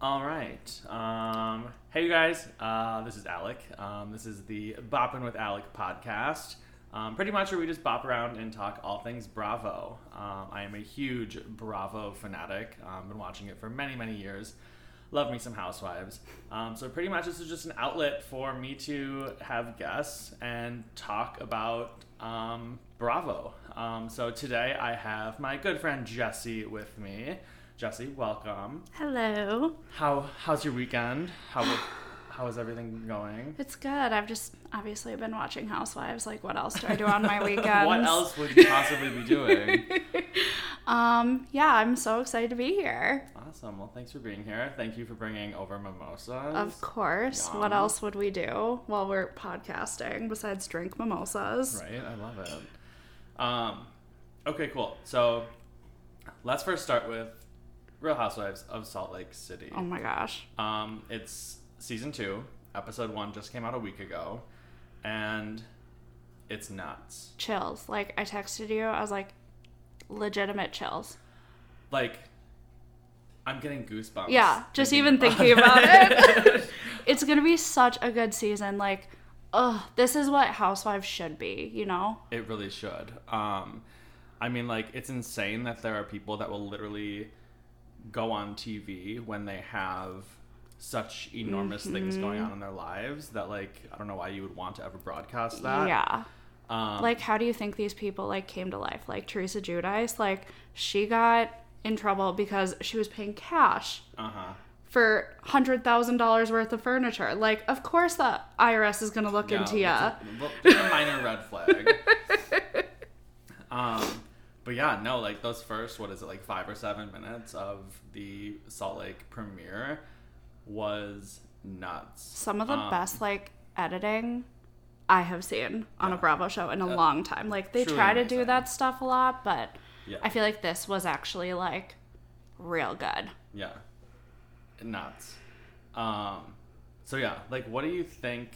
All right. Um, hey, you guys. Uh, this is Alec. Um, this is the Boppin' with Alec podcast. Um, pretty much where we just bop around and talk all things Bravo. Um, I am a huge Bravo fanatic. I've um, been watching it for many, many years. Love me some Housewives. Um, so pretty much this is just an outlet for me to have guests and talk about um, Bravo. Um, so today I have my good friend Jesse with me. Jesse, welcome. Hello. How how's your weekend? How how is everything going? It's good. I've just obviously been watching Housewives. Like, what else do I do on my weekends? What else would you possibly be doing? Um, yeah, I'm so excited to be here. awesome. Well, thanks for being here. Thank you for bringing over mimosas. Of course. Yum. What else would we do while we're podcasting besides drink mimosas? Right? I love it. Um, okay, cool. So let's first start with Real Housewives of Salt Lake City. Oh my gosh. Um, it's season two, episode one just came out a week ago, and it's nuts. Chills. Like, I texted you, I was like, legitimate chills. Like, I'm getting goosebumps. Yeah, just even thinking about it. It's going to be such a good season. Like, ugh, this is what Housewives should be, you know? It really should. Um, I mean, like, it's insane that there are people that will literally go on TV when they have such enormous things going Mm-hmm. on in their lives that, like, I don't know why you would want to ever broadcast that. yeah. Um, like how do you think these people like came to life like teresa judice like she got in trouble because she was paying cash uh huh. for $100000 worth of furniture like of course the irs is gonna look into ya Well, just a minor red flag. um, but yeah, no, like those first, what is it, like five or seven minutes of the Salt Lake premiere was nuts. some of the Um, best like editing i have seen on a bravo show in a long time like they truly try to do amazing. that stuff a lot but Yeah. i feel like this was actually like real good Yeah. Nuts. Um so yeah, like what do you think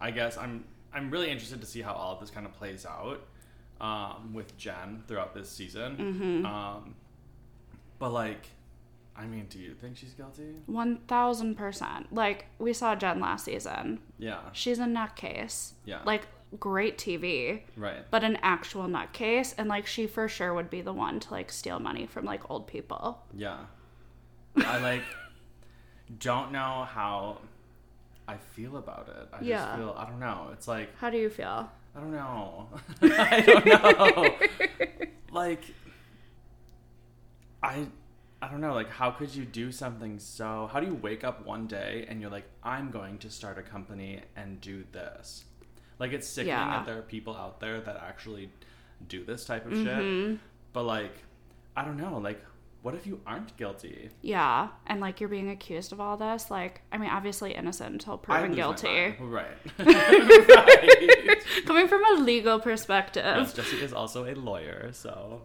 I guess I'm I'm really interested to see how all of this kind of plays out um with Jen throughout this season. Um but like I mean, do you think she's guilty? 1000% like we saw jen last season Yeah. she's a nutcase. Yeah. Like great TV, Right. but an actual nutcase, and like she for sure would be the one to like steal money from like old people. Yeah. I like don't know how I feel about it. I Yeah. just feel I don't know. It's like How do you feel? I don't know. I don't know. like I I don't know, like how could you do something so how do you wake up one day and you're like, I'm going to start a company and do this? Like it's sickening Yeah. that there are people out there that actually do this type of Mm-hmm. shit. But like I don't know, like what if you aren't guilty? Yeah, and like you're being accused of all this. Like, I mean, obviously innocent until I proven lose my guilty. mind. Right. right. Coming from a legal perspective. Yes, Jesse is also a lawyer, so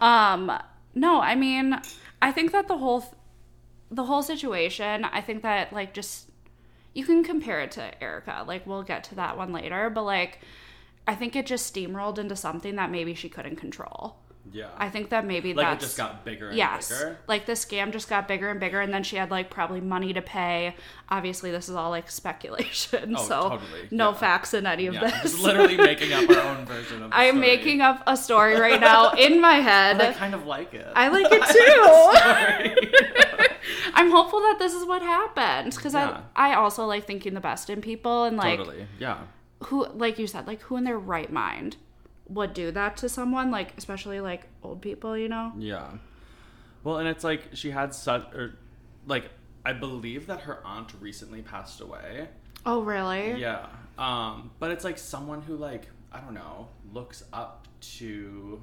um no i mean i think that the whole th- the whole situation i think that like just you can compare it to erica like we'll get to that one later but like i think it just steamrolled into something that maybe she couldn't control yeah. i think that maybe like that's it just got bigger and yes bigger. like the scam just got bigger and bigger and then she had like probably money to pay obviously this is all like speculation Oh, so totally, no yeah. facts in any of Yeah, this just literally making up our own version of. The i'm story. making up a story right now in my head I kind of like it. I like it it I'm hopeful that this is what happened because Yeah. I I also like thinking the best in people and like totally. Yeah. who like you said like who in their right mind would do that to someone like especially like old people you know Yeah. Well, and it's like she had such, or like I believe that her aunt recently passed away. oh really Yeah. Um, but it's like someone who like I don't know looks up to,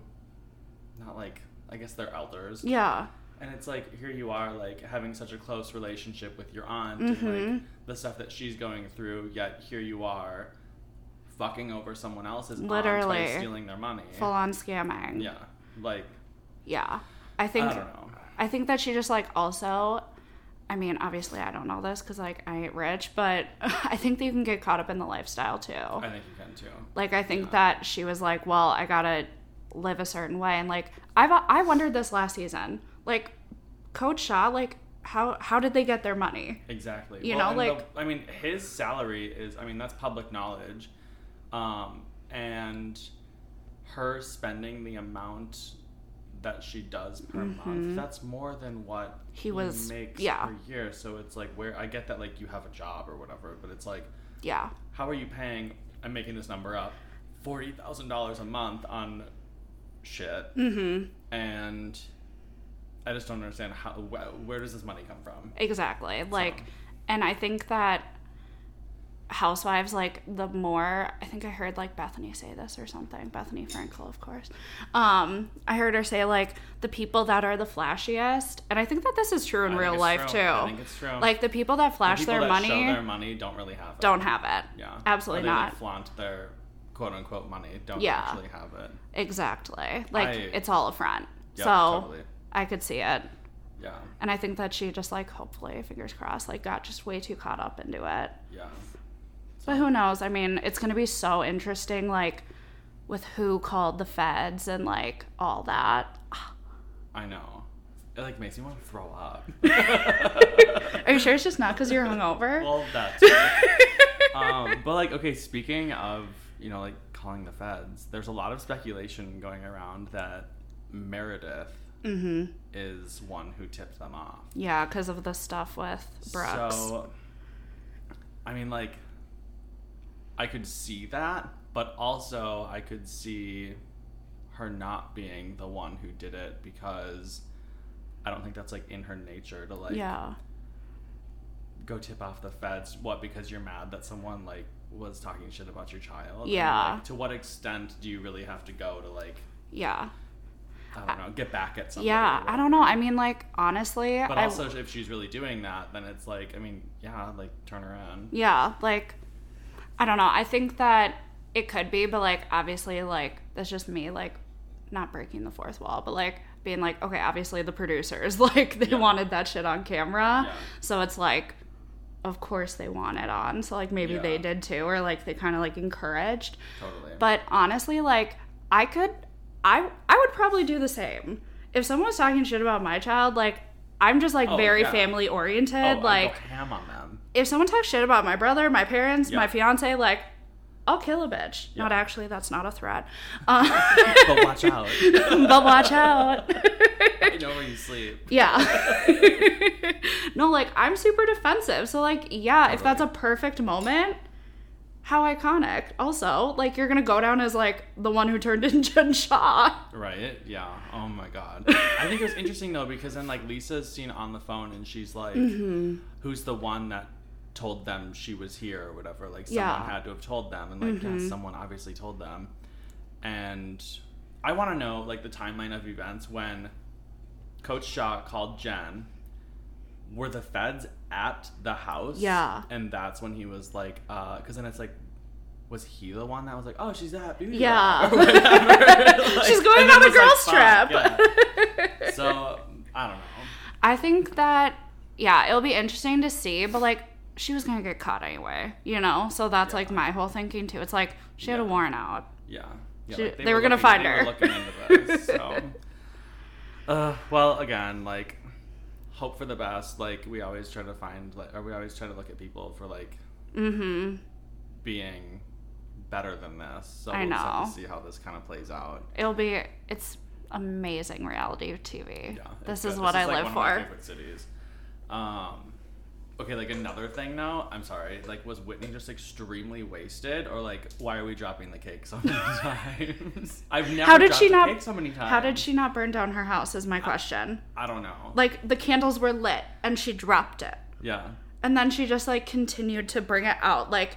not like I guess their elders. yeah And it's like here you are, like having such a close relationship with your aunt and Mm-hmm. like the stuff that she's going through. Yet here you are, fucking over someone else's aunt by Literally. stealing their money. full on scamming Yeah, like yeah I think I don't know. I think that she just like also I mean obviously I don't know this because like I ain't rich but I think that you can get caught up in the lifestyle too I think you can too. Like I think that she was like, well, I gotta live a certain way, and like I've I wondered this last season. Like, Coach Shaw, like how how did they get their money? Exactly. You Well, know, and like- the- I mean, his salary is. I mean, that's public knowledge, um, and her spending the amount that she does per month. That's more than what Mm-hmm. He was- makes yeah. per year. So it's like where I get that like you have a job or whatever, but it's like Yeah. how are you paying? I'm making this number up. Forty thousand dollars a month on shit, Mhm. and I just don't understand how. Wh- where does this money come from? Exactly. Like and I think that housewives like the more I think I heard like Bethany say this or something. Bethany Frankel, of course. Um I heard her say like the people that are the flashiest and I think that this is true in I think real it's life true. too. I think it's true. Like the people that The flash people their that money show their money don't really have it. don't have it. Yeah. Absolutely Or they, like, not. flaunt their quote unquote money. Don't Yeah. actually have it. Exactly. Like I- it's all a front. Yeah, so totally. I could see it. Yeah. And I think that she just like hopefully, fingers crossed, like got just way too caught up into it. Yeah. But who knows? I mean, it's going to be so interesting, like with who called the feds and like all that. I know. It like makes me want to throw up. Are you sure it's just not because you're hungover? well, that's. um, but like, okay, speaking of you know like calling the feds, there's a lot of speculation going around that Meredith mm-hmm. is one who tipped them off. Yeah, because of the stuff with Brooks. So, I mean, like, I could see that, but also I could see her not being the one who did it because I don't think that's like in her nature to like yeah. go tip off the feds. What? Because you're mad that someone like was talking shit about your child. And, Yeah. like, to what extent do you really have to go to like Yeah. I don't know get back at something? Yeah. I don't know. I mean, like, honestly, But I- also, if she's really doing that, then it's like, I mean, yeah, like turn around. yeah like i don't know i think that it could be but like obviously like that's just me like not breaking the fourth wall but like being like okay obviously the producers like they Yeah. wanted that shit on camera Yeah. so it's like of course they want it on so like maybe they Yeah. did too or like they kind of like encouraged Totally. but honestly, like I could I I would probably do the same. If someone was talking shit about my child, like I'm just like Oh, very yeah. family oriented. Oh, I'd like go ham on them. if someone talks shit about my brother, my parents, my Yeah. fiance, like I'll kill a bitch. Not Yeah. actually, that's not a threat. Um, But watch out. but watch out. I know where you sleep. yeah. no, like I'm super defensive. So like, yeah, if that's a perfect moment, how iconic. Also, like you're gonna go down as like the one who turned in Jen Shaw. Right? Yeah. Oh my god. I think it was interesting though because then like Lisa's seen on the phone and she's like, Mm-hmm. "Who's the one that told them she was here or whatever?" Like someone Yeah. Mm-hmm. had to have told them, and like yeah, someone obviously told them. And I want to know like the timeline of events when Coach Shaw called Jen. Were the feds at the house? Yeah. And that's when he was like, because then it's like. Was he the one that was like, "Oh, she's that beauty"? Yeah. or whatever. Like, She's going and then on a was like, girl's "Fuck," trap. yeah. So I don't know. I think that yeah, it'll be interesting to see, but like she was gonna get caught anyway, you know. So that's Yeah. like my whole thinking too. It's like she had a Yeah. warrant out. Yeah, yeah She- they were gonna find they her. Were looking into this, so. Uh, well, again, like hope for the best. Like we always try to find, like, or we always try to look at people for like Mm-hmm. being better than this. So I we'll just have know. to see how this kind of plays out. It'll be it's amazing reality TV. Yeah, it's this good. is what I like, live one for. Of my favorite cities. Um, okay, like another thing now. I'm sorry. Like, was Whitney just extremely wasted, or like, why are we dropping the cake so many times? I've never. How did dropped she the not- Cake so many times. Ah. How did she not burn down her house? Is my question. I don't know. Like the candles were lit and she dropped it, yeah. and then she just like continued to bring it out, like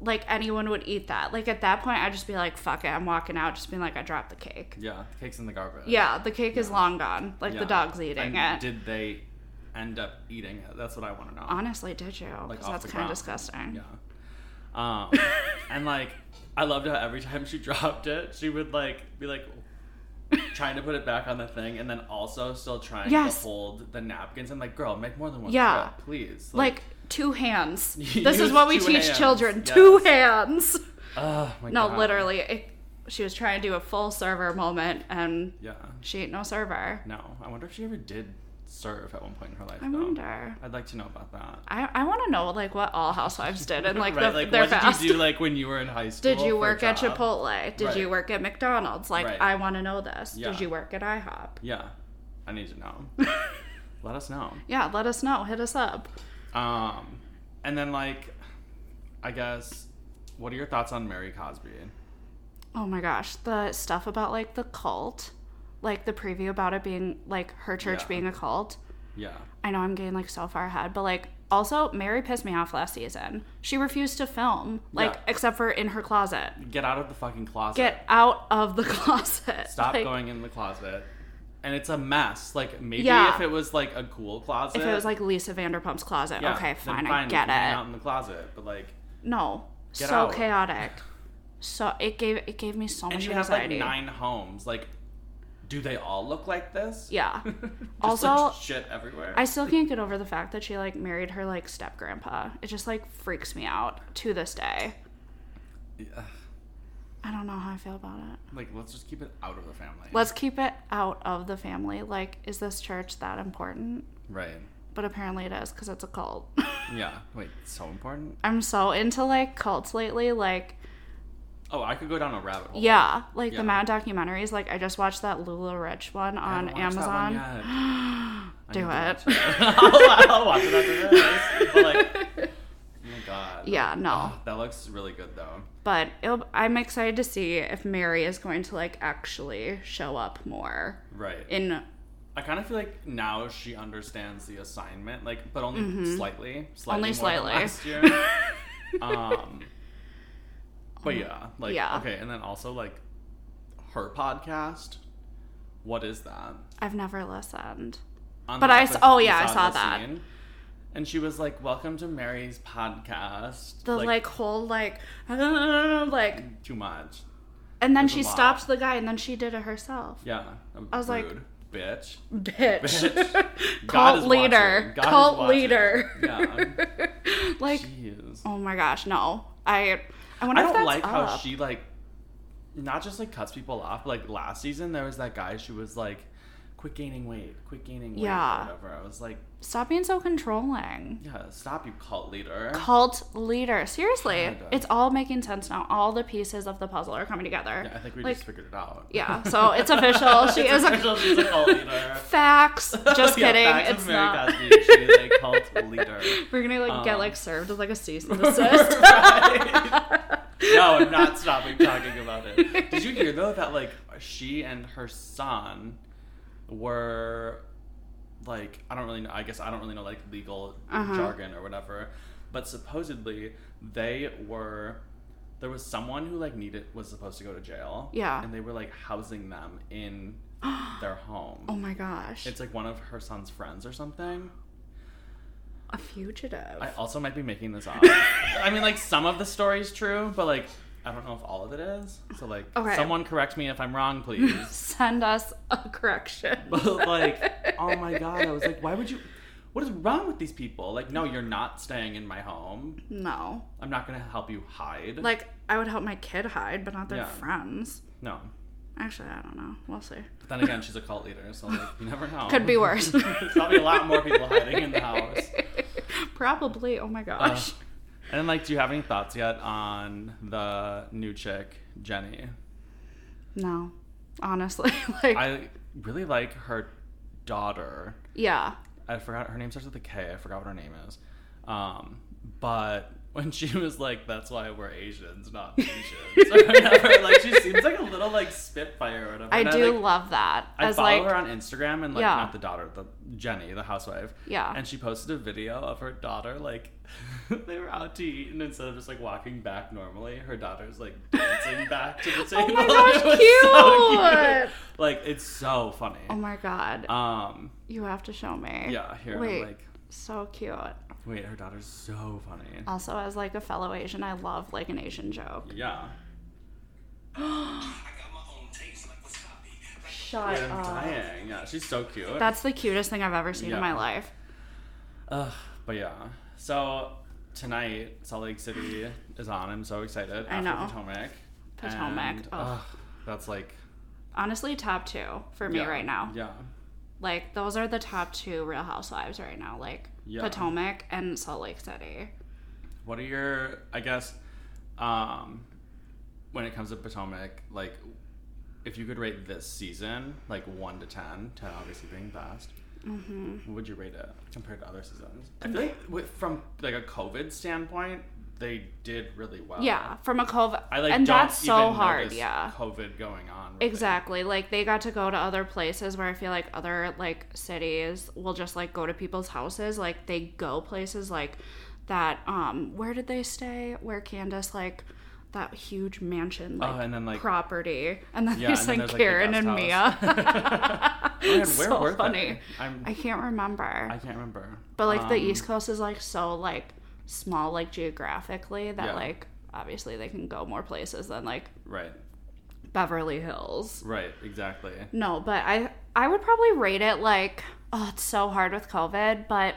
like anyone would eat that. Like at that point, I'd just be like, "Fuck it," I'm walking out, just being like, "I dropped the cake." Yeah. The cake's in the garbage. Yeah, the cake is long gone. Like Yeah. the dog's eating And it. Did they end up eating it? That's what I want to know. Honestly, did you? Because off that's the kind of ground. disgusting. Yeah. Um, and like, I loved how every time she dropped it, she would like be like trying to put it back on the thing, and then also still trying Yes. to hold the napkins. I'm like, girl, make more than one. Yeah. trip, please. Like two hands. This is Use what we two teach hands. children. Yes. Two hands. oh my No, God. literally. It, she was trying to do a full server moment and Yeah. she ain't no server. No, I wonder if she ever did serve at one point in her life. I though. wonder. I'd like to know about that. I, I want to know like what all housewives did and like, right? the, like their what fast. did you do like when you were in high school? Did you for a work at job? Chipotle? Did you Right. work at McDonald's? Like, Right. I want to know this. Yeah. Did you work at IHOP? Yeah, I need to know. Let us know. yeah, let us know. Hit us up. Um, and then like, I guess, what are your thoughts on Mary Cosby? Oh my gosh, the stuff about like the cult, like the preview about it being like her church Yeah. being a cult. Yeah, I know I'm getting like so far ahead, but like also Mary pissed me off last season. She refused to film, like Yeah. except for in her closet. get out of the fucking closet. Get out of the closet. Stop Like, going in the closet. And it's a mess. Like maybe Yeah. if it was like a cool closet. If it was like Lisa Vanderpump's closet, yeah, okay, then fine, fine I you can get Hang out it. in the closet, but like, No, Get so out. chaotic. So it gave it gave me so and much you have like anxiety. nine homes. Like, do they all look like this? Yeah. Just, like, Also, shit everywhere. I still can't get over the fact that she like married her like step grandpa. It just like freaks me out to this day. Yeah. I don't know how I feel about it. Like, let's just keep it out of the family. Let's keep it out of the family. Like, is this church that important? right. But apparently it is because it's a cult. Yeah. Wait, so important. I'm so into like cults lately. Like, Oh, I could go down a rabbit hole. yeah, like Yeah. the mad documentaries. Like, I just watched that Lula Rich one I on haven't watched that one Amazon. yet. I Do need to watch it. I'll, I'll watch it after this. But like, oh my god. Yeah, no. That looks really good though. But it'll, I'm excited to see if Mary is going to like actually show up more Right. in I kind of feel like now she understands the assignment, like, but only slightly, slightly Mm-hmm. Only more slightly. Than last year. um, but yeah, like, Yeah. okay, and then also like her podcast. What is that? I've never listened. On But the I s- epi- oh, yeah, you I saw the that. scene, and she was like, "Welcome to Mary's podcast." The like, whole like like too much. and then There's a she lot. stopped the guy and then she did it herself. Yeah, I was like- rude bitch. Bitch. Bitch. God is Cult watching. leader. God is Cult watching. leader. Yeah. like Jeez. oh my gosh, no. I I I wonder if don't that's like up. how she like not just like cuts people off, but like last season there was that guy she was like quit gaining weight, quit gaining weight Yeah. or whatever. I was like, Stop being so controlling. Yeah, stop you cult leader. Cult leader. Seriously. Kinda. It's all making sense now. All the pieces of the puzzle are coming together. yeah, I think we like, just figured it out. yeah, so it's official. She It's is a- official, she's a cult leader. Facts. Just Yeah, kidding. facts of it's Mary not. Cosby, she is a cult leader. We're gonna like get Um, like served with like a cease and desist. Right. No, I'm not stopping talking about it. Did you hear though that like she and her son were like I don't really know. I guess I don't really know like legal Uh-huh. jargon or whatever, but supposedly they were. There was someone who like needed was supposed to go to jail. Yeah. and they were like housing them in their home. Oh my gosh. It's like one of her son's friends or something. a fugitive. I also might be making this up. I mean, like some of the story's true, but like I don't know if all of it is. So like, Okay. someone correct me if I'm wrong, please. Send us a correction. but like, oh my god, I was like, why would you? What is wrong with these people? Like, no, you're not staying in my home. No. I'm not gonna help you hide. Like, I would help my kid hide, but not their Yeah. friends. no. Actually, I don't know. We'll see. But then again, she's a cult leader, so like, you never know. Could be worse. There's probably a lot more people hiding in the house. Probably. Oh my gosh. Uh, and then, like, do you have any thoughts yet on the new chick, Jenny? no. Honestly. Like, I really like her daughter. yeah. I forgot her name starts with a K. I forgot what her name is. Um, but when she was like, "That's why we're Asians, not Asians," or whatever, like she seems like a little like spitfire or whatever. I And do like, love that. I as follow like, her on Instagram and like Yeah. not the daughter, the Jenny, the housewife. Yeah. And she posted a video of her daughter like they were out to eat and instead of just like walking back normally, her daughter's like dancing back to the Oh table. my gosh, It was so cute! Like it's so funny. oh my god. um you have to show me. yeah, here Wait. I'm like So cute. Wait, her daughter's so funny. Also, as like a fellow Asian, I love like an Asian joke. yeah. I got my own taste like wasabi. Like Shut Wait, I'm up. dying. Yeah, she's so cute. That's the cutest thing I've ever seen Yeah. in my life. Ugh, but yeah. So tonight, Salt Lake City is on. I'm so excited. I after know. Potomac. Potomac, And, ugh. ugh, that's like Honestly, top two for me yeah, right now. Yeah. Like those are the top two Real Housewives right now. Like Yeah. Potomac and Salt Lake City. What are your, I guess, um, when it comes to Potomac, like, if you could rate this season, like one to ten, ten obviously being best, mm-hmm. would you rate it compared to other seasons? I feel like with, from like a COVID standpoint, they did really well. Yeah, from a COVID, Oh. I like, and don't that's so even hard. notice Yeah, COVID going on. really. Exactly. Like they got to go to other places where I feel like other like cities will just like go to people's houses. Like they go places like that um where did they stay? Where Candace like that huge mansion like, Oh, and then, like- property. And then Yeah, they and then there's, sent like, the Karen guest and house. Mia. Man, where so were they? funny. I'm- I can't remember. I can't remember. but like the Um, East Coast is like so like small like geographically that Yeah. like obviously they can go more places than like Right, Beverly Hills. right, exactly. No, but I I would probably rate it like oh, it's so hard with COVID, but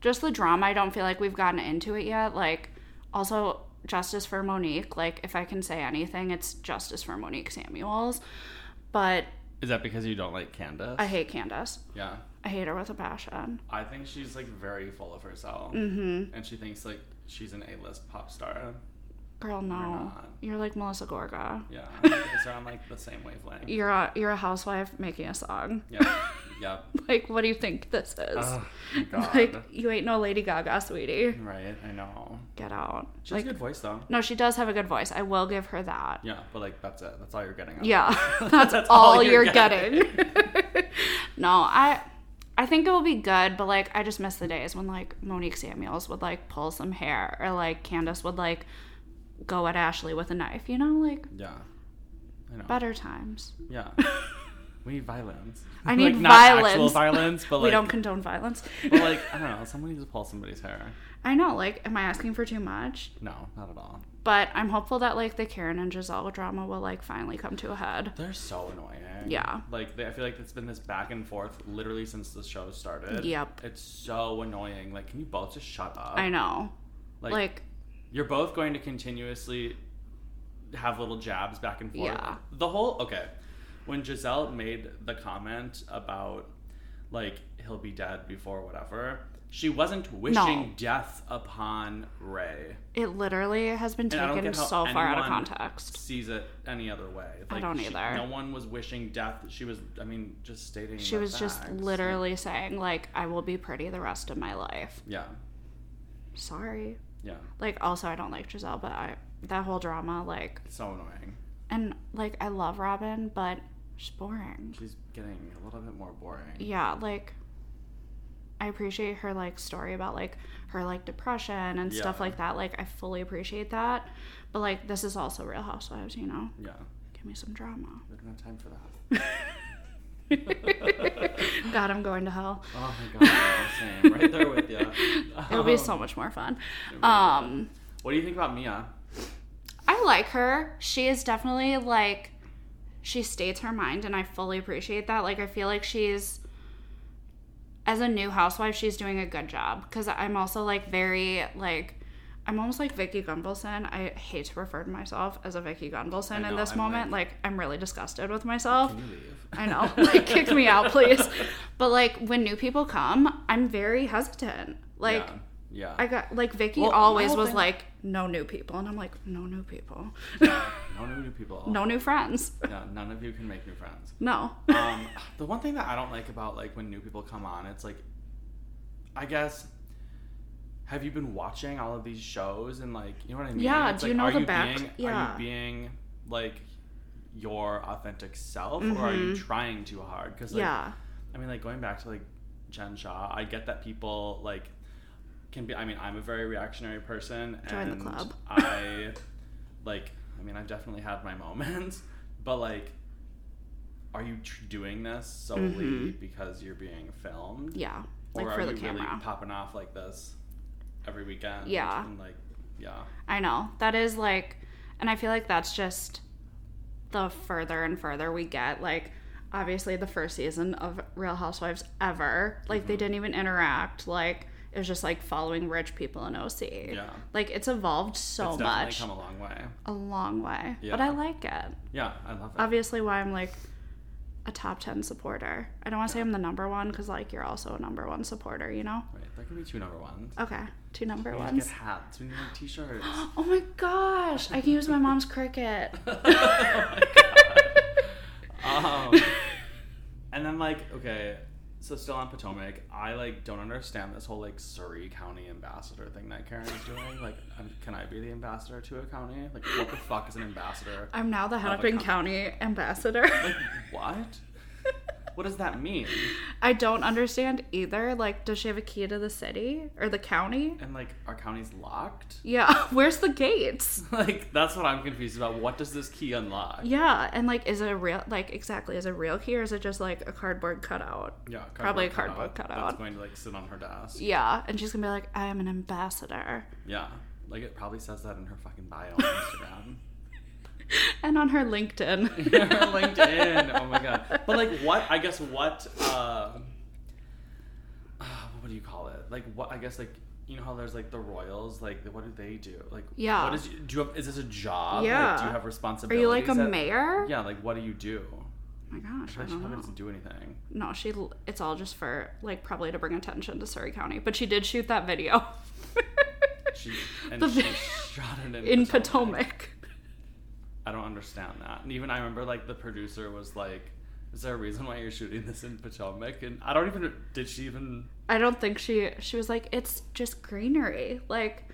just the drama, I don't feel like we've gotten into it yet. Like also justice for Monique, like if I can say anything, it's justice for Monique Samuels. But Is that because you don't like Candace? I hate Candace. yeah. I hate her with a passion. I think she's like very full of herself, mm-hmm. and she thinks like she's an A-list pop star. Girl, no. not. You're, like Melissa Gorga. Yeah, so I'm like the same wavelength. You're a you're a housewife making a song. Yeah, yeah. Like what do you think this is? Oh my god. like you ain't no Lady Gaga, sweetie. right, I know. Get out. She has a good voice though. No, she does have a good voice. I will give her that. Yeah, but like that's it. That's all you're getting. Out. Yeah, that's, all, you're, getting. getting. no, I I think it will be good, but like I just miss the days when like Monique Samuels would like pull some hair or like Candace would like go at Ashley with a knife, you know, like Yeah, I know. better times. yeah, we need violence. I need like, Not actual violence. violence, but like we don't condone violence. But like I don't know. Someone needs to pull somebody's hair. I know, like, am I asking for too much? No, not at all. But I'm hopeful that like the Karen and Giselle drama will like finally come to a head. They're so annoying. Yeah. Like they, I feel like it's been this back and forth literally since the show started. Yep. It's so annoying. Like, can you both just shut up? I know, Like, like you're both going to continuously have little jabs back and forth. Yeah. The whole okay. When Giselle made the comment about like he'll be dead before whatever, she wasn't wishing death upon Ray. it literally has been And I don't taken get how so far out of anyone context. Sees it any other way. I don't she- either. no one was wishing death. She was. I mean, just stating. She the was just facts. literally saying, like, I will be pretty the rest of my life. Yeah. Sorry. Yeah. Like, also, I don't like Giselle, but I, that whole drama, like, So annoying. and like, I love Robin, but she's boring. She's getting a little bit more boring. Yeah, like, I appreciate her, like, story about, like, her, like, depression and stuff Yeah. like that. Like, I fully appreciate that. But, like, this is also Real Housewives, you know? Yeah. Give me some drama. We don't have time for that. God, I'm going to hell. Oh my god. yeah, Same. Right there with you. It'll Uh-huh. be so much more fun. be Um, What do you think about Mia? I like her. She is definitely like she states her mind and I fully appreciate that. Like I feel like she's as a new housewife, she's doing a good job cuz I'm also like very like I'm almost like Vicky Gumbelson. I hate to refer to myself as a Vicky Gumbelson I know, in this I'm, moment. Like, I'm really disgusted with myself. Can you leave? I know. Like kick me out, please. But like when new people come, I'm very hesitant. Like Yeah. yeah. I got like Vicky Well, my always whole was thing- like no new people, and I'm like no new people, no new people. no new friends, Yeah, none of you can make new friends. no. um, the one thing that I don't like about like when new people come on, it's like, I guess, have you been watching all of these shows and like, you know what I mean? Yeah, It's do you like, know are the back- Being, Are yeah. you being like your authentic self, or are you trying too hard? Because like, Mm-hmm. yeah, I mean, like going back to like Jen Shaw, I get that people like can be. I mean, I'm a very reactionary person. Join the and club. I like. I mean, I've definitely had my moments, but like, are you tr- doing this solely because you're being filmed, Mm-hmm. yeah, like or are for the you camera. really popping off like this every weekend? Yeah. and like, yeah, I know that is like, and I feel like that's just the further and further we get. Like, obviously, the first season of Real Housewives ever, like Mm-hmm. they didn't even interact. Like it was just like following rich people in OC. Yeah. like it's evolved so it's definitely much, come a long way. a long way. But Yeah. I like it. Yeah, I love it. obviously why I'm like a top 10 supporter. I don't want to say I'm the number one because, like, you're also a number one supporter, you know? Right, there can be two number ones. Okay, two number We need to ones. Get hats. We need like, t-shirts. Oh my gosh, I can use my mom's cricket. Oh um, and then like okay, so still on Potomac, I like don't understand this whole like Surrey County ambassador thing that Karen is doing. Like, um, can I be the ambassador to a county? Like, what the fuck is an ambassador? I'm now the Not the Hennepin com- County ambassador. Like, what? What does that mean? I don't understand either. Like, does she have a key to the city or the county? And like, our county's locked. Yeah, where's the gates? Like, that's what I'm confused about. What does this key unlock? Yeah, and like, is it a real, like, exactly, is it a real key or is it just like a cardboard cutout? Yeah, Probably a cardboard That's cutout. going to like sit on her desk. Yeah, and she's gonna be like, I am an ambassador. Yeah, like it probably says that in her fucking bio on Instagram. And on her LinkedIn. LinkedIn. Oh my god. But like, what? I guess what? Uh, uh, what do you call it? Like, what? I guess like you know how there's like the royals. Like, what do they do? Like, Yeah. What is? Do you have? Is this a job? Like, do Yeah. you have Are responsibilities? you like a at- mayor? Yeah. Like, what do you do? Oh my gosh, I She don't probably know. doesn't do anything. No, she. l- It's all just for like probably to bring attention to Surrey County, but she did shoot that video She and The she vi- shot it in, in Potomac. I don't understand that. And even I remember like the producer was like, "Is there a reason why you're shooting this in Potomac?" And I don't even did she even I don't think she. She was like, it's just greenery. Like,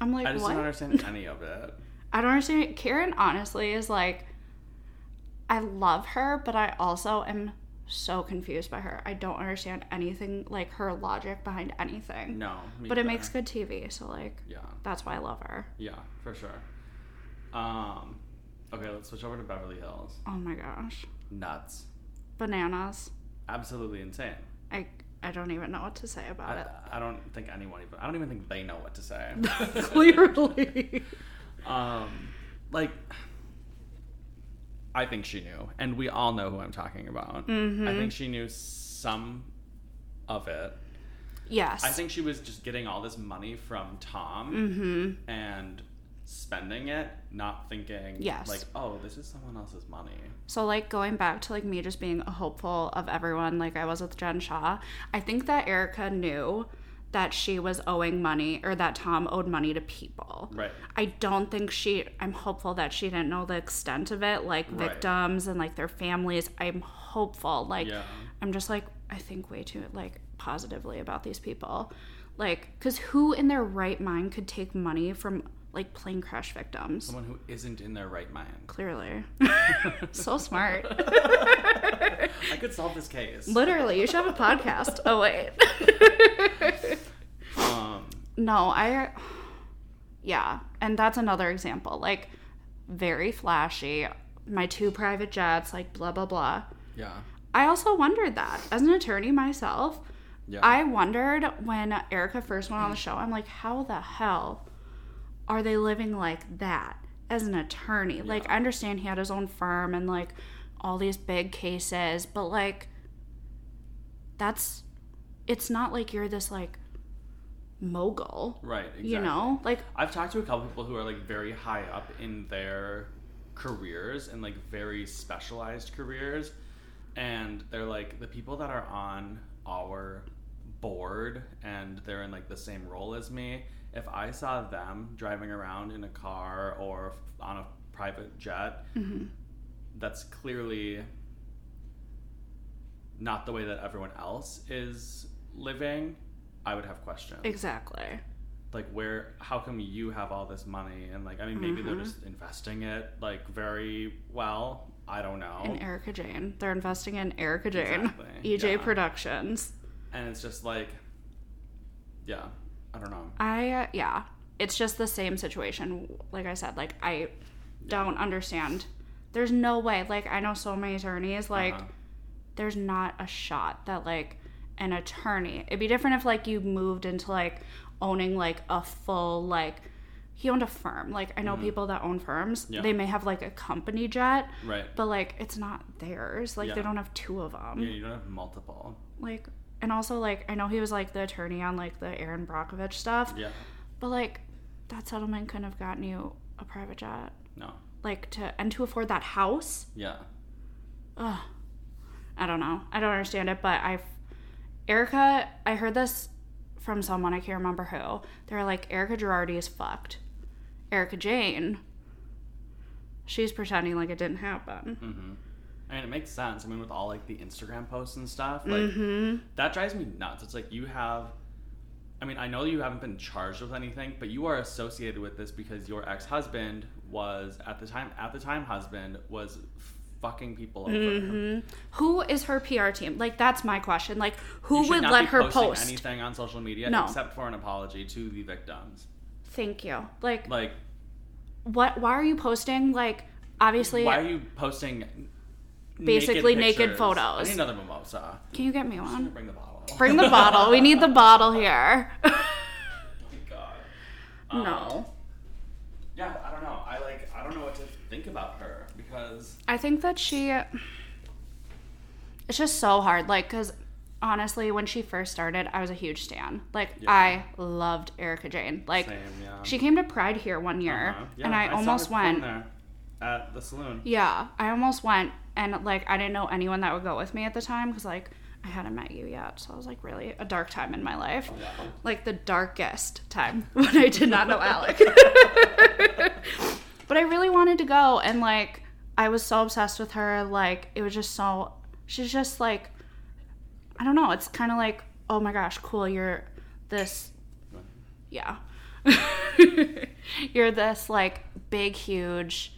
I'm like, I just what? don't understand any of it. I don't understand. it. Karen honestly is like, I love her, but I also am so confused by her. I don't understand anything like her logic behind anything. No, me but it either. makes good TV, so like Yeah, that's why I love her. yeah, for sure. Um, okay, let's switch over to Beverly Hills. Oh my gosh, Nuts, bananas. absolutely insane. I I don't even know what to say about I, it. I don't think anyone even. I don't even think they know what to say. Clearly. um, like, I think she knew, and we all know who I'm talking about. Mm-hmm. I think she knew some of it. yes. I think she was just getting all this money from Tom Mm-hmm. and spending it, not thinking Yes. like, oh, this is someone else's money. so like going back to like me just being a hopeful of everyone like I was with Jen Shaw, I think that Erica knew that she was owing money or that Tom owed money to people. Right. I don't think she I'm hopeful that she didn't know the extent of it, like Right. victims and like their families. I'm hopeful. Like Yeah. I'm just like I think way too like positively about these people. Like cuz who in their right mind could take money from like plane crash victims? Someone who isn't in their right mind. Clearly. so smart. I could solve this case. Literally, you should have a podcast. Oh wait. Um, no, I Yeah, and that's another example. Like very flashy, my two private jets, like blah blah blah. yeah. I also wondered that. As an attorney myself, Yeah. I wondered when Erica first went on the show, I'm like, how the hell are they living like that as an attorney? Like, I understand he had his own firm and like all these big cases, but like, that's it's not like you're this like mogul, right. Exactly. you know? Like, I've talked to a couple people who are like very high up in their careers and like very specialized careers, and they're like the people that are on our board and they're in like the same role as me. If I saw them driving around in a car or on a private jet, that's clearly not the way that everyone else is living. I would have questions exactly. like where how come you have all this money and like i mean maybe they're just investing it like very well i don't know In Erica Jane. They're investing in Erica Jane. Oh. Exactly, EJ yeah. Productions. and it's just like yeah i don't know I uh, yeah, it's just the same situation. Like I said, like I don't understand. There's no way. Like I know so many attorneys. Like Uh-huh. there's not a shot that like an attorney. It'd be different if like you moved into like owning like a full like he owned a firm. Like I know people that own firms. Mm-hmm. Yeah. They may have like a company jet, right but like it's not theirs. Like Yeah. they don't have two of them yeah, you don't have multiple like and also like I know he was like the attorney on like the Aaron Brockovich stuff. yeah But like that settlement couldn't have gotten you a private jet. no Like to and to afford that house. yeah Ugh. I don't know. I don't understand it, but I've Erica. I heard this from someone I can't remember who. They're like Erica Girardi is fucked. Erica Jane. She's pretending like it didn't happen. Hmm. I mean, it makes sense. I mean, with all like the Instagram posts and stuff, like Mm-hmm. that drives me nuts. It's like you have, I mean, I know you haven't been charged with anything, but you are associated with this because your ex husband was at the time at the time husband was fucking people over. Mm-hmm. Who is her PR team? Like that's my question. Like You who should would not let be her posting post? anything on social media No. except for an apology to the victims? Thank you. Like, Like, what? Why are you posting? Like obviously. why are you posting? Basically naked pictures? I photos. need another mimosa. Can you get me one? Bring the bottle. Bring the bottle. We need the bottle here. Oh my God. Um, no. Yeah, I don't know. I like I don't know what to think about her because I think that she. It's just so hard. Like, because honestly, when she first started, I was a huge stan. Like, Yeah. I loved Erica Jane. Like, Same, yeah. she came to Pride here one year, Uh-huh. Yeah, Er, and I, saw almost her perform went. there at the saloon. Yeah, I almost went, and like, I didn't know anyone that would go with me at the time because, like, I hadn't met you yet. So I was like, really? A dark time in my life. Like, the darkest time when I did not know Alec. But I really wanted to go and like I was so obsessed with her, like it was just so she's just like I don't know, it's kinda like, oh my gosh, cool, you're this yeah. you're this like big huge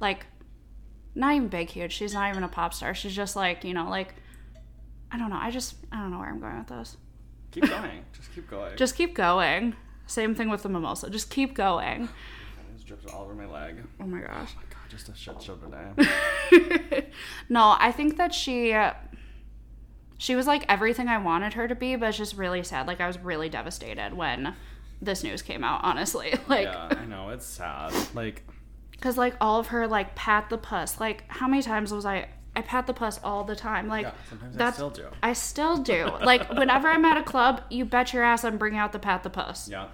like not even big huge, she's not even a pop star. She's just like, you know, like I don't know, I just I don't know where I'm going with this. Keep going, just keep going. Just keep going. Same thing with the mimosa. Just keep going. I just dripped all over my leg. Oh my gosh. God, just a shit show today. no, I think that she she was like everything I wanted her to be, but it's just really sad. Like I was really devastated when this news came out, honestly. Like yeah, I know it's sad. Like, cuz like all of her like pat the puss. Like how many times was I I pat the puss all the time. Like yeah, sometimes I that's still do. I still do. Like whenever I'm at a club, you bet your ass I'm bringing out the pat the puss. Yeah,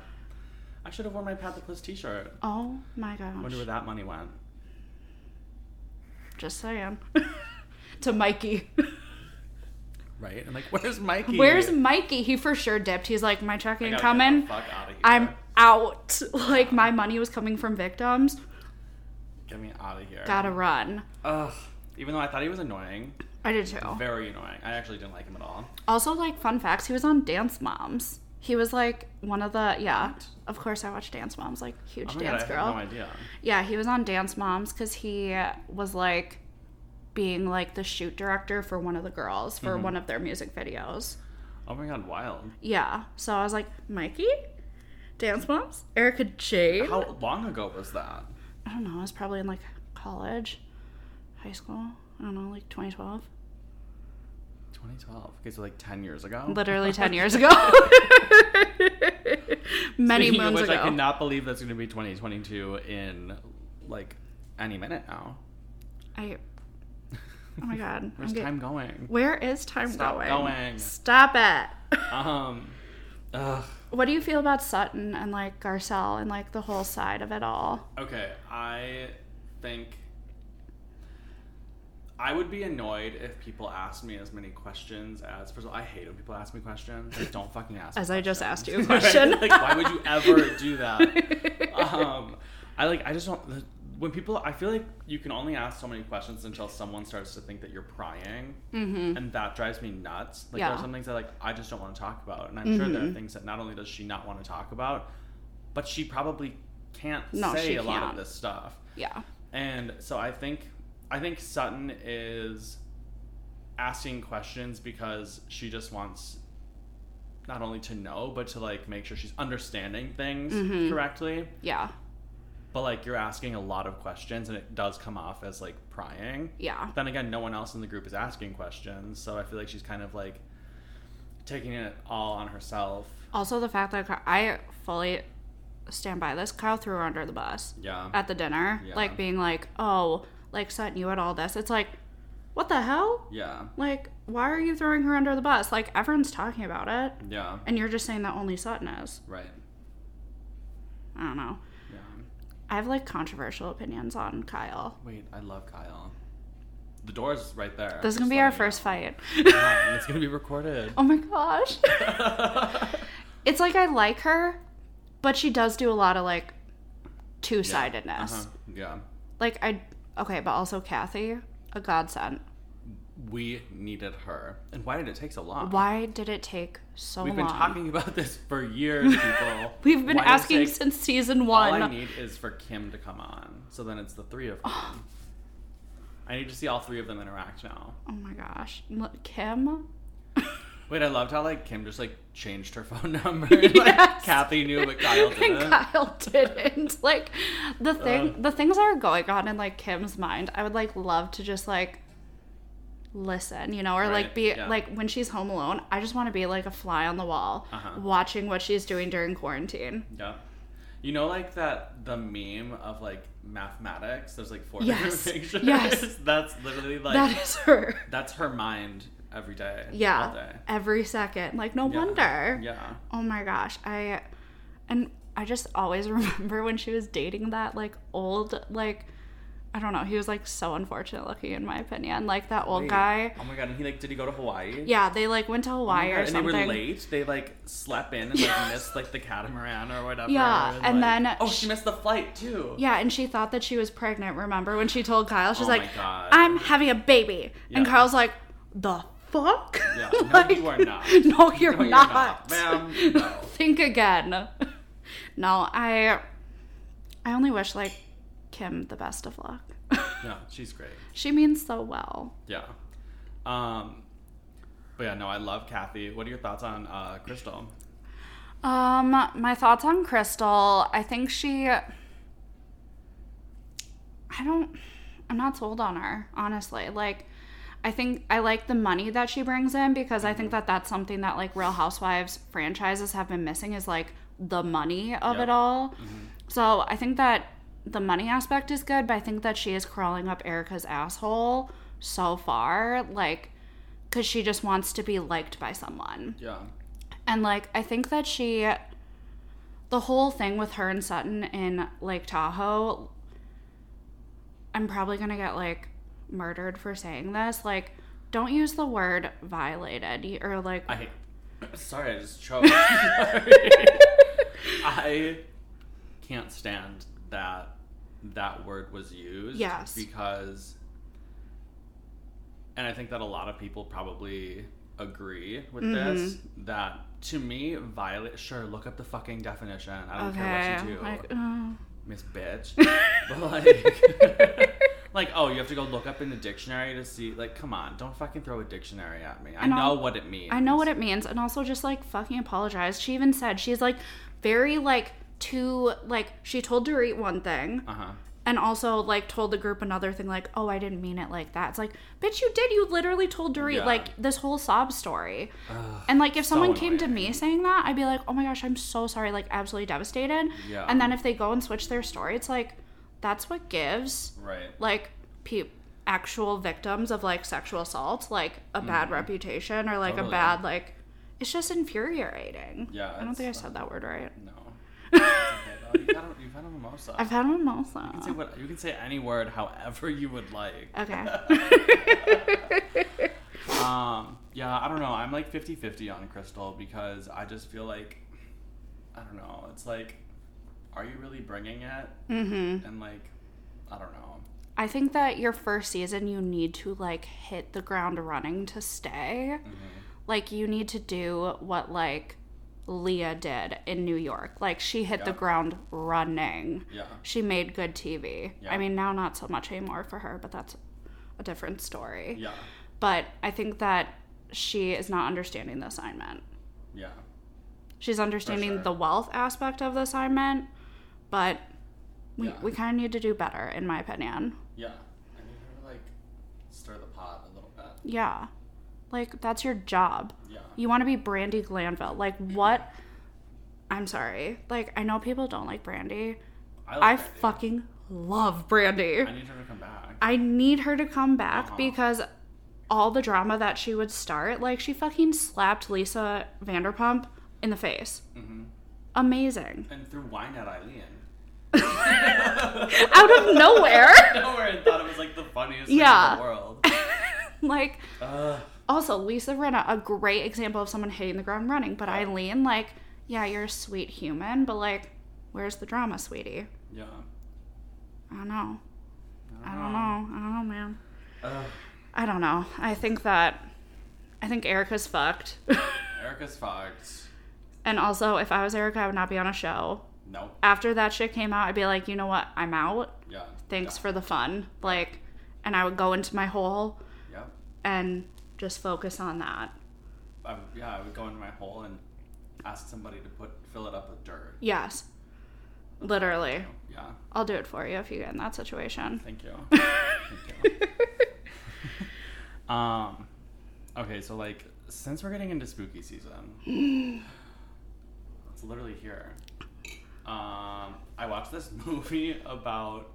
I should have worn my Pat the Puss T-shirt. Oh my Wonder where gosh. that money went. Just saying. to Mikey. Right? I'm like, where's Mikey? Where's Mikey? He for sure dipped. He's like, my check I ain't gotta get coming. the fuck out of here. I'm out. Like my money was coming from victims. Get me out of here. Gotta run. Ugh. Even though I thought he was annoying, I did too. very annoying. I actually didn't like him at all. Also, like fun facts, he was on Dance Moms. He was like one of the yeah. Of course, I watched Dance Moms. Like huge Oh my dance God, I girl. have no idea. yeah, he was on Dance Moms because he was like being like the shoot director for one of the girls Mm-hmm. for one of their music videos. Oh my god, wild. Yeah. So I was like, Mikey, Dance Moms, Erica Jane. How long ago was that? I don't know, I was probably in like college, high school. I don't know, like 2012. 2012. Okay, so like 10 years ago. Literally 10 years ago. Many Speaking of moons which, I ago. cannot believe that's going to be 2022 in like any minute now. I, oh my god. Where's I'm get- time going? Where is time Stop going? going. Stop it. Um, ugh. what do you feel about Sutton and like Garcelle and like the whole side of it all? Okay, I think I would be annoyed if people asked me as many questions as first of all, I hate when people ask me questions. Like, don't fucking ask. me As I just asked you a Right? question. like, why would you ever do that? Um, I like, I just don't. the- When people, I feel like you can only ask so many questions until someone starts to think that you're prying, mm-hmm. and that drives me nuts. Like there Yeah. Mm-hmm. are some things that like I just don't want to talk about, and I'm sure there are things that not only does she not want to talk about, but she probably can't No, say she a lot can't. of this stuff. Yeah. And so I think I think Sutton is asking questions because she just wants not only to know but to like make sure she's understanding things Mm-hmm. correctly. Yeah. But like you're asking a lot of questions and it does come off as like prying. Yeah. Then again, no one else in the group is asking questions, so I feel like she's kind of like taking it all on herself. Also, the fact that Ky- I fully stand by this, Kyle threw her under the bus. Yeah. at the dinner, Yeah. like being like, "Oh, like Sutton, you had all this." It's like, what the hell? yeah. Like, why are you throwing her under the bus? Like everyone's talking about it, Yeah. and you're just saying that only Sutton is. Right. I don't know. Yeah. I have like controversial opinions on Kyle. Wait, I love Kyle. the door's right there. This is Just gonna be our letting you first fight. know. Yeah, and it's gonna be recorded. oh my gosh. it's like I like her, but she does do a lot of like two sidedness. Uh-huh. Yeah. Like I okay, but also Kathy, a godsend. We needed her. And why did it take so long? Why did it take so We've long? been talking about this for years, people. We've been Why did it asking take- since season All I one. need is for Kim to come on. So then it's the three of them. I need to see all three of them interact now. Oh my gosh, Look, Kim. Wait, I loved how like Kim just like changed her phone number. Like, Yes. Kathy knew, but Kyle didn't. Uh. And Kyle didn't. Like the thing, the things that are going on in like Kim's mind. I would like love to just like listen, you know, or Right, like be yeah. like when she's home alone. I just want to be like a fly on the wall, Uh-huh. watching what she's doing during quarantine. Yeah. You know, like that the meme of like mathematics. There's like four Yes. different pictures. Yes. That's literally like that is her. that's her mind every day. Yeah, All day. every second. Like no Yeah. wonder. Yeah. Oh my gosh, I and I just always remember when she was dating that like old like I don't know, he was like so unfortunate looking in my opinion. Like that old Wait. guy. Oh my god! And he like did he go to Hawaii? Yeah, they like went to Oh my Hawaii God, or and they something. were late. They like slept in and like missed like the catamaran or whatever. Yeah, and like- then oh, sh- she missed the flight too. Yeah, and she thought that she was pregnant. Remember when she told Kyle, she's Oh my like, God. "I'm having a baby," and Yeah. Kyle's like, "The fuck? Yeah, no, you are not. No, you're, No, you're not. not, ma'am. No. Think again." No, I, I only wish like Kim the best of luck. No, she's great. she means so well. Yeah. Um. But yeah, no, I love Kathy. What are your thoughts on uh, Crystal? Um, my thoughts on Crystal. I think she. I don't. I'm not sold on her, honestly. Like, I think I like the money that she brings in because I think that that's something that, like, Real Housewives franchises have been missing is, like, the money of Yep. it all. So I think that the money aspect is good, but I think that she is crawling up Erica's asshole so far. Like, because she just wants to be liked by someone. Yeah. And like I think that she the whole thing with her and Sutton in Lake Tahoe I'm probably going to get like murdered for saying this. Like don't use the word violated y- or like I sorry, I just choked. Sorry. I can't stand that that word was used. Yes. Because and I think that a lot of people probably agree with this Mm-hmm. that to me violate sure look up the fucking definition. I don't care okay. what you do. Like uh, Miss Bitch. but like, like, oh, you have to go look up in the dictionary to see. Like, come on, don't fucking throw a dictionary at me. I And know I'll- what it means. I know what it means and also just like fucking apologize. She even said she's like very like too like she told Dorit one thing Uh huh. and also like told the group another thing like oh i didn't mean it like that it's like bitch you did you literally told dorit Yeah. like this whole sob story and like if so someone came to annoying. me saying that i'd be like oh my gosh i'm so sorry like absolutely devastated Yeah. and then if they go and switch their story it's like that's what gives Right. like pe- actual victims of like sexual assault like a bad reputation or like Mm-hmm. Totally. a bad like it's just infuriating Yeah, i don't it's- uh, think i said that word right No. It's okay, though. You've had a- You've had a mimosa. i've had a mimosa You can say what- you can say any word however you would like. okay Um, yeah, I don't know. I'm like 50 50 on Crystal because I just feel like, I don't know. It's like, are you really bringing it? Mm-hmm. And like, I don't know. I think that your first season, you need to like hit the ground running to stay. Mm-hmm. Like, you need to do what like Leah did in New York. Like, she hit the Yeah. ground running. Yeah. She made good TV. Yeah. I mean, now not so much anymore for her, but that's a different story. Yeah. But I think that she is not understanding the assignment. Yeah. She's understanding sure. the wealth aspect of the assignment, but we, Yeah. we kind of need to do better, in my opinion. Yeah. I need her to like stir the pot a little bit. Yeah. Like that's your job. Yeah. You want to be Brandy Glanville. Like what? I'm sorry. Like I know people don't like Brandy. like I that, dude. fucking love Brandy. I need her to come back. I need her to come back Uh-huh. because all the drama that she would start, like she fucking slapped Lisa Vanderpump in the face. Mm-hmm. Amazing. And through Wynette Eileen. Out of nowhere. Nowhere and thought it was like the funniest thing in Yeah. the world. like Uh, also Lisa Rinna, a great example of someone hitting the ground running. But Eileen, like, yeah, you're a sweet human, but like, where's the drama, sweetie? yeah. I don't know. I don't know. I don't know, man. Uh, I don't know. I think that I think Erica's fucked. Erica's fucked. and also, if I was Erica, I would not be on a show. Nope. After that shit came out, I'd be like, you know what? I'm out. Yeah. Thanks for the fun. Like, and I would go into my hole Yeah. and just focus on that. I would, yeah, I would go into my hole and ask somebody to put fill it up with dirt. Yes. Literally. Yeah. I'll do it for you if you get in that situation. Thank you. Thank you. Um, okay, so like since we're getting into spooky season, it's literally here. Um, I watched this movie about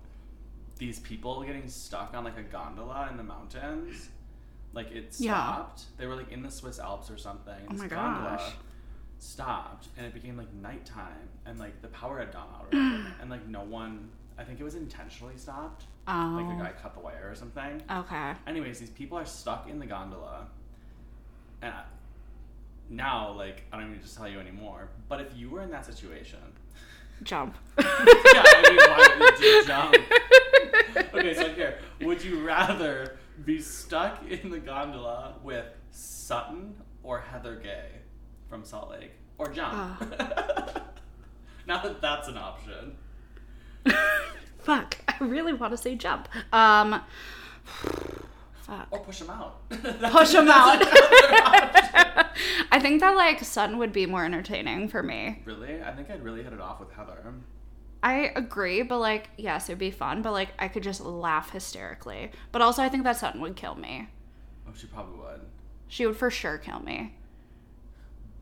these people getting stuck on like a gondola in the mountains. Like it Yeah. stopped. They were like in the Swiss Alps or something. Oh This my gondola gosh. Stopped and it became like nighttime and like the power had gone out or whatever, and like no one. I think it was intentionally stopped like the Oh. guy cut the wire or something. okay. Anyways, these people are stuck in the gondola, and I, now like I don't need to tell you anymore. But if you were in that situation, Jump. yeah, I mean, why would you jump? Okay, so here, would you rather be stuck in the gondola with Sutton or Heather Gay from Salt Lake or John? Ah. now that that's an option. Fuck. I really want to say jump. Um. Fuck. Or push them out. Push him out. out. I think that like Sun would be more entertaining for me. Really? I think I'd really hit it off with Heather. I agree, but like, yes, it'd be fun, but like, I could just laugh hysterically. But also, I think that Sun would kill me. Oh, she probably would. She would for sure kill me.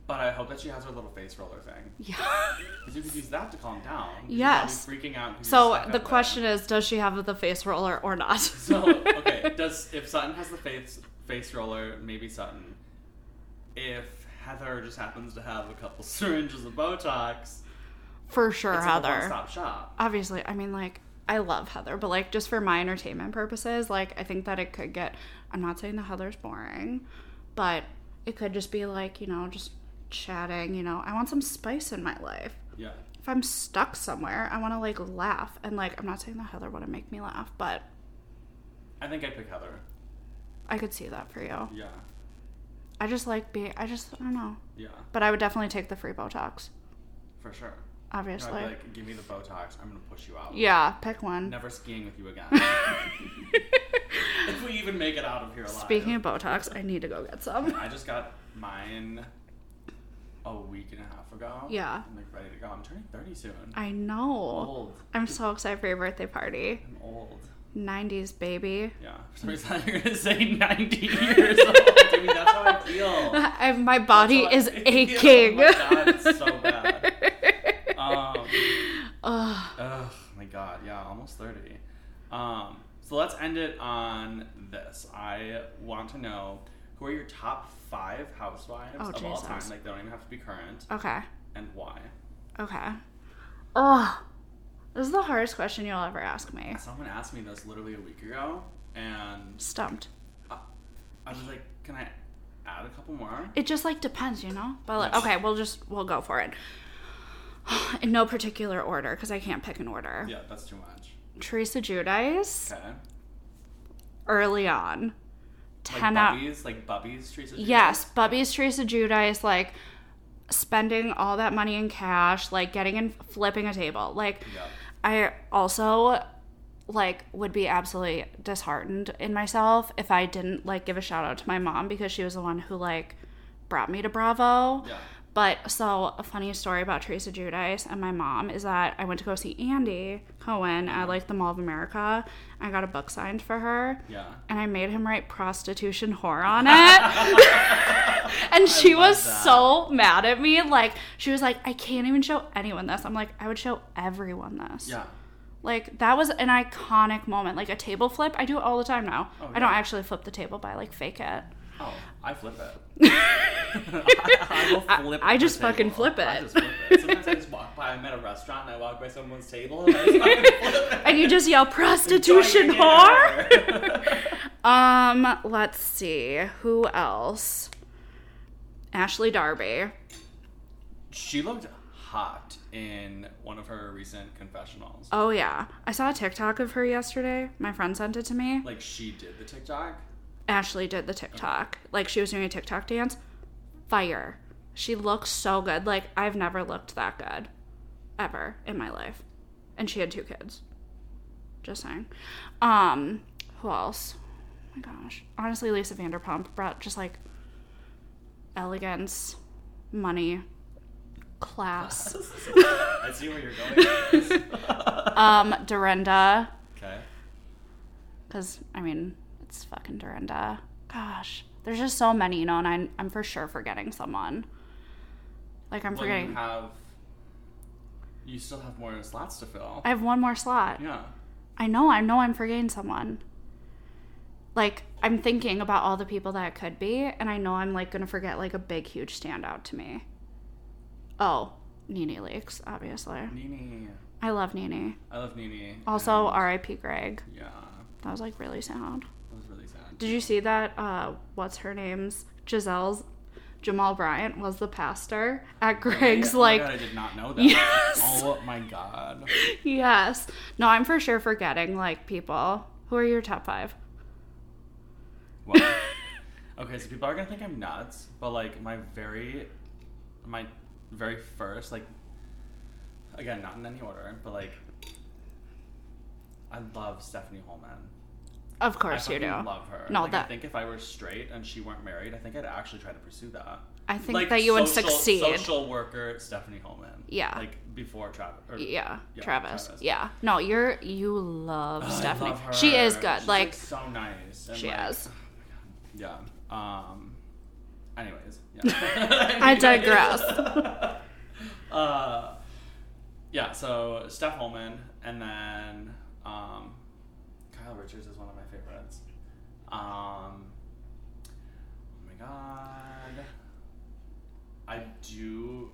But I hope that she has her little face roller thing. Yeah. 'Cause you could use that to calm down. 'cause Yes. You're probably freaking out. 'cause you're So stuck the up there. question is, does she have the face roller or not? So okay, does if Sutton has the face face roller, maybe Sutton. If Heather just happens to have a couple syringes of Botox, for sure, it's like a Heather. one-stop shop. Obviously, I mean, like, I love Heather, but like, just for my entertainment purposes, like, I think that it could get. I'm not saying that Heather's boring, but it could just be like, you know, just chatting. You know, I want some spice in my life. Yeah. if I'm stuck somewhere, I want to like laugh. And like, I'm not saying that Heather wouldn't make me laugh, but I think I'd pick Heather. I could see that for you. Yeah. I just like being, I just, I don't know. Yeah. But I would definitely take the free Botox, For sure. You know, obviously. I'd be like, give me the Botox. I'm gonna push you out. yeah, pick one. Never skiing with you again. if we even make it out of here alive. Speaking of Botox, I need to go get some. I just got mine a week and a half ago. Yeah. I'm like ready to go. I'm turning 30 soon. I'm I know. old. I'm so excited for your birthday party. I'm old. 90s, baby. Yeah. For some reason, you're going to say 90 years old. I mean, that's how I feel. I, my body That's how I is feel. aching. Oh my God, it's so bad. Um, Ugh. oh my god, yeah, almost 30. Um, so let's end it on this. I want to know who are your top five housewives Oh, of all time? Jesus. Like, they don't even have to be current, Okay. and why? Okay. Ugh. This is the hardest question you'll ever ask me. Someone asked me this literally a week ago, and Stumped. I, I was like, "Can I add a couple more?" it just like depends, you know. But like, Yes. okay, we'll just we'll go for it. In no particular order, because I can't pick an order. Yeah, that's too much. Teresa Judice Okay. early on, Like ten out. Bubby's, like Bubby's Teresa. Judice? Yes, Bubby's Teresa Judice, like spending all that money in cash, like getting and flipping a table. Like, Yeah. I also like would be absolutely disheartened in myself if I didn't like give a shout out to my mom because she was the one who like brought me to Bravo. Yeah. But so a funny story about Teresa Judice and my mom is that I went to go see Andy Cohen at like the Mall of America. I got a book signed for her Yeah. and I made him write prostitution whore on it. and she love was that. so mad at me. Like, she was like, I can't even show anyone this. I'm like, I would show everyone this. Yeah. Like, that was an iconic moment. Like, a table flip, I do it all the time now. Oh, I don't yeah. actually flip the table, but I like fake it. Oh, I flip it. I, will flip I- I the just fucking flip I it. just flip it. Sometimes I just walk by. I'm at a restaurant and I walk by someone's table and I just fucking flip it. And you just yell, prostitution Don't whore? even get it. Um, let's see. Who else? Ashley Darby. She looked hot in one of her recent confessionals. Oh yeah. I saw a TikTok of her yesterday. My friend sent it to me. Like she did the TikTok. Ashley did the TikTok. Like she was doing a TikTok dance. Fire. She looks so good. Like I've never looked that good ever in my life. And she had two kids. Just saying. Um, who else? Oh my gosh. Honestly, Lisa Vanderpump brought just like elegance, money, class. I see where you're going. with this. um, Dorinda. okay. Because, I mean, it's fucking Dorinda. Gosh, there's just so many, you know, and I'm, I'm for sure forgetting someone. Like, I'm Well, you forgetting. have. You still have more slots to fill. I have one more slot. yeah. I know, I know I'm forgetting someone. Like, I'm thinking about all the people that it could be, and I know I'm, like, gonna forget, like, a big, huge standout to me. Oh, Nene Leaks, obviously. Nini. I love Nene. I love Nini. Also, and- R.I.P. Greg. Yeah. That was, like, really sad. That was really sad. Did you see that? Uh, what's her name's Giselle's Jamal Bryant was the pastor at Greg's. Oh my like, God, I did not know that. Yes. Oh my god. yes. No, I'm for sure forgetting like people. Who are your top five? Wow. okay, so people are gonna think I'm nuts, but like my very, my very first, like, again, not in any order, but like, I love Stephanie Holman. Of I course you do. fucking love her. No, like, I that- think if I were straight and she weren't married, I think I'd actually try to pursue that. I think like that you would social- succeed. Social worker Stephanie Holman. Yeah. Like before Travis. Or, yeah, yeah, Travis. Travis. Yeah. No, you're you love Ugh, I Stephanie. love her. She is good. She's, like so nice. and, she like, is. Yeah. Um. Anyways. Yeah. I digress. uh, yeah. So Steph Holman, and then um, Kyle Richards is one of my favorites. Um. Oh my god. I do.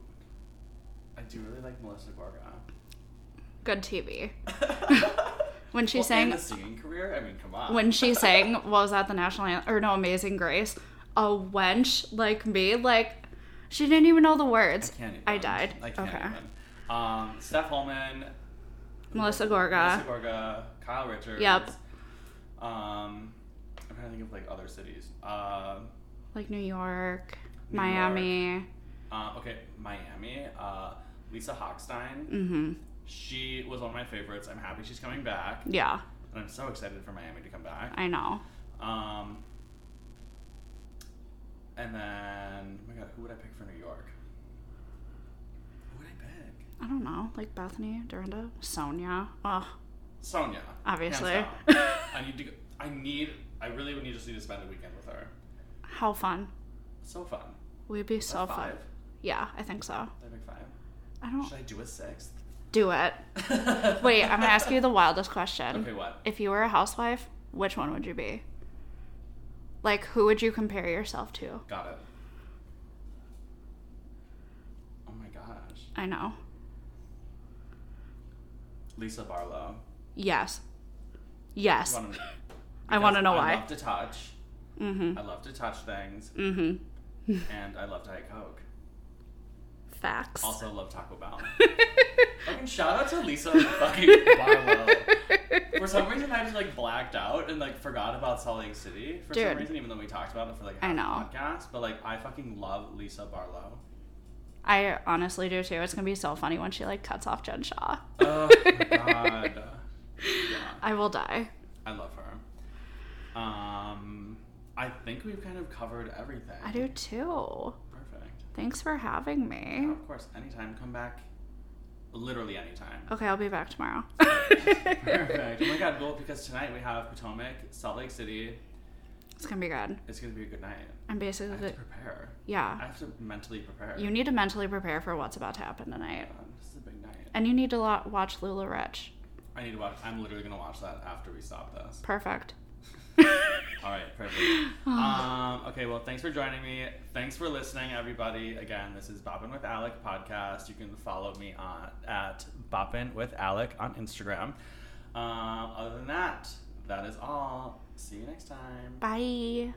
I do really like Melissa Gorga. Good TV. When she well, sang- and the singing career. I mean, come on. When she sang, what was that the national anthem or no Amazing Grace? A wench like me, like she didn't even know the words. I can't even. I died. I can't Okay. even. Um, Steph Holman, Melissa Gorga. Melissa Gorga, Kyle Richards. Yep. Um, I'm trying to think of like other cities. Uh, like New York, New Miami. uh, okay, Miami. Uh, Lisa Hochstein. Mm-hmm. She was one of my favorites. I'm happy she's coming back, Yeah, and I'm so excited for Miami to come back. I know. Um, and then, oh my God, who would I pick for New York? Who would I pick? I don't know, like Bethany, Dorinda, Sonia. Ugh, Sonia. hands obviously. down. I need to. Go, I need. I really would need just need to spend a weekend with her. How fun. So fun. We'd be That's so fun. five. Yeah, I think so. Did I make five? I don't Should I do a sixth? do it. Wait, I'm gonna ask you the wildest question. Okay, what? If you were a housewife, which one would you be? Like, who would you compare yourself to? Got it. Oh my gosh, I know. Lisa Barlow. Yes. Yes. Wanna- I want to because know I why. love to touch. Mm-hmm. I love to touch things, Mm-hmm. and I love Diet Coke. Facts. Also love Taco Bell. fucking shout out to Lisa fucking Barlow. For some reason, I just like blacked out and like forgot about Salt Lake City for some Dude. reason, even though we talked about it for like half I the know. podcast. But like, I fucking love Lisa Barlow. I honestly do too. It's gonna be so funny when she like cuts off Jen Shaw. Oh my god, yeah, I will die. I love her. Um, I think we've kind of covered everything. I do too. Perfect. Thanks for having Yeah, me. of course, anytime, come back. Literally anytime. Okay, I'll be back tomorrow. Perfect. Oh my god, well, because tonight we have Potomac, Salt Lake City. It's gonna be good. It's gonna be a good night. I'm I basically have to prepare. I yeah. have to mentally prepare. You need to mentally prepare for what's about to happen tonight, God, this is a big night. and you need to lo- watch Lula Rich. I need to watch. I'm literally gonna watch that after we stop this. Perfect. All right, perfect. um, okay, well, thanks for joining me. Thanks for listening, everybody. Again, this is Boppin with Alec podcast. You can follow me on at Boppin with Alec on Instagram. Um, other than that, that is all. See you next time. Bye.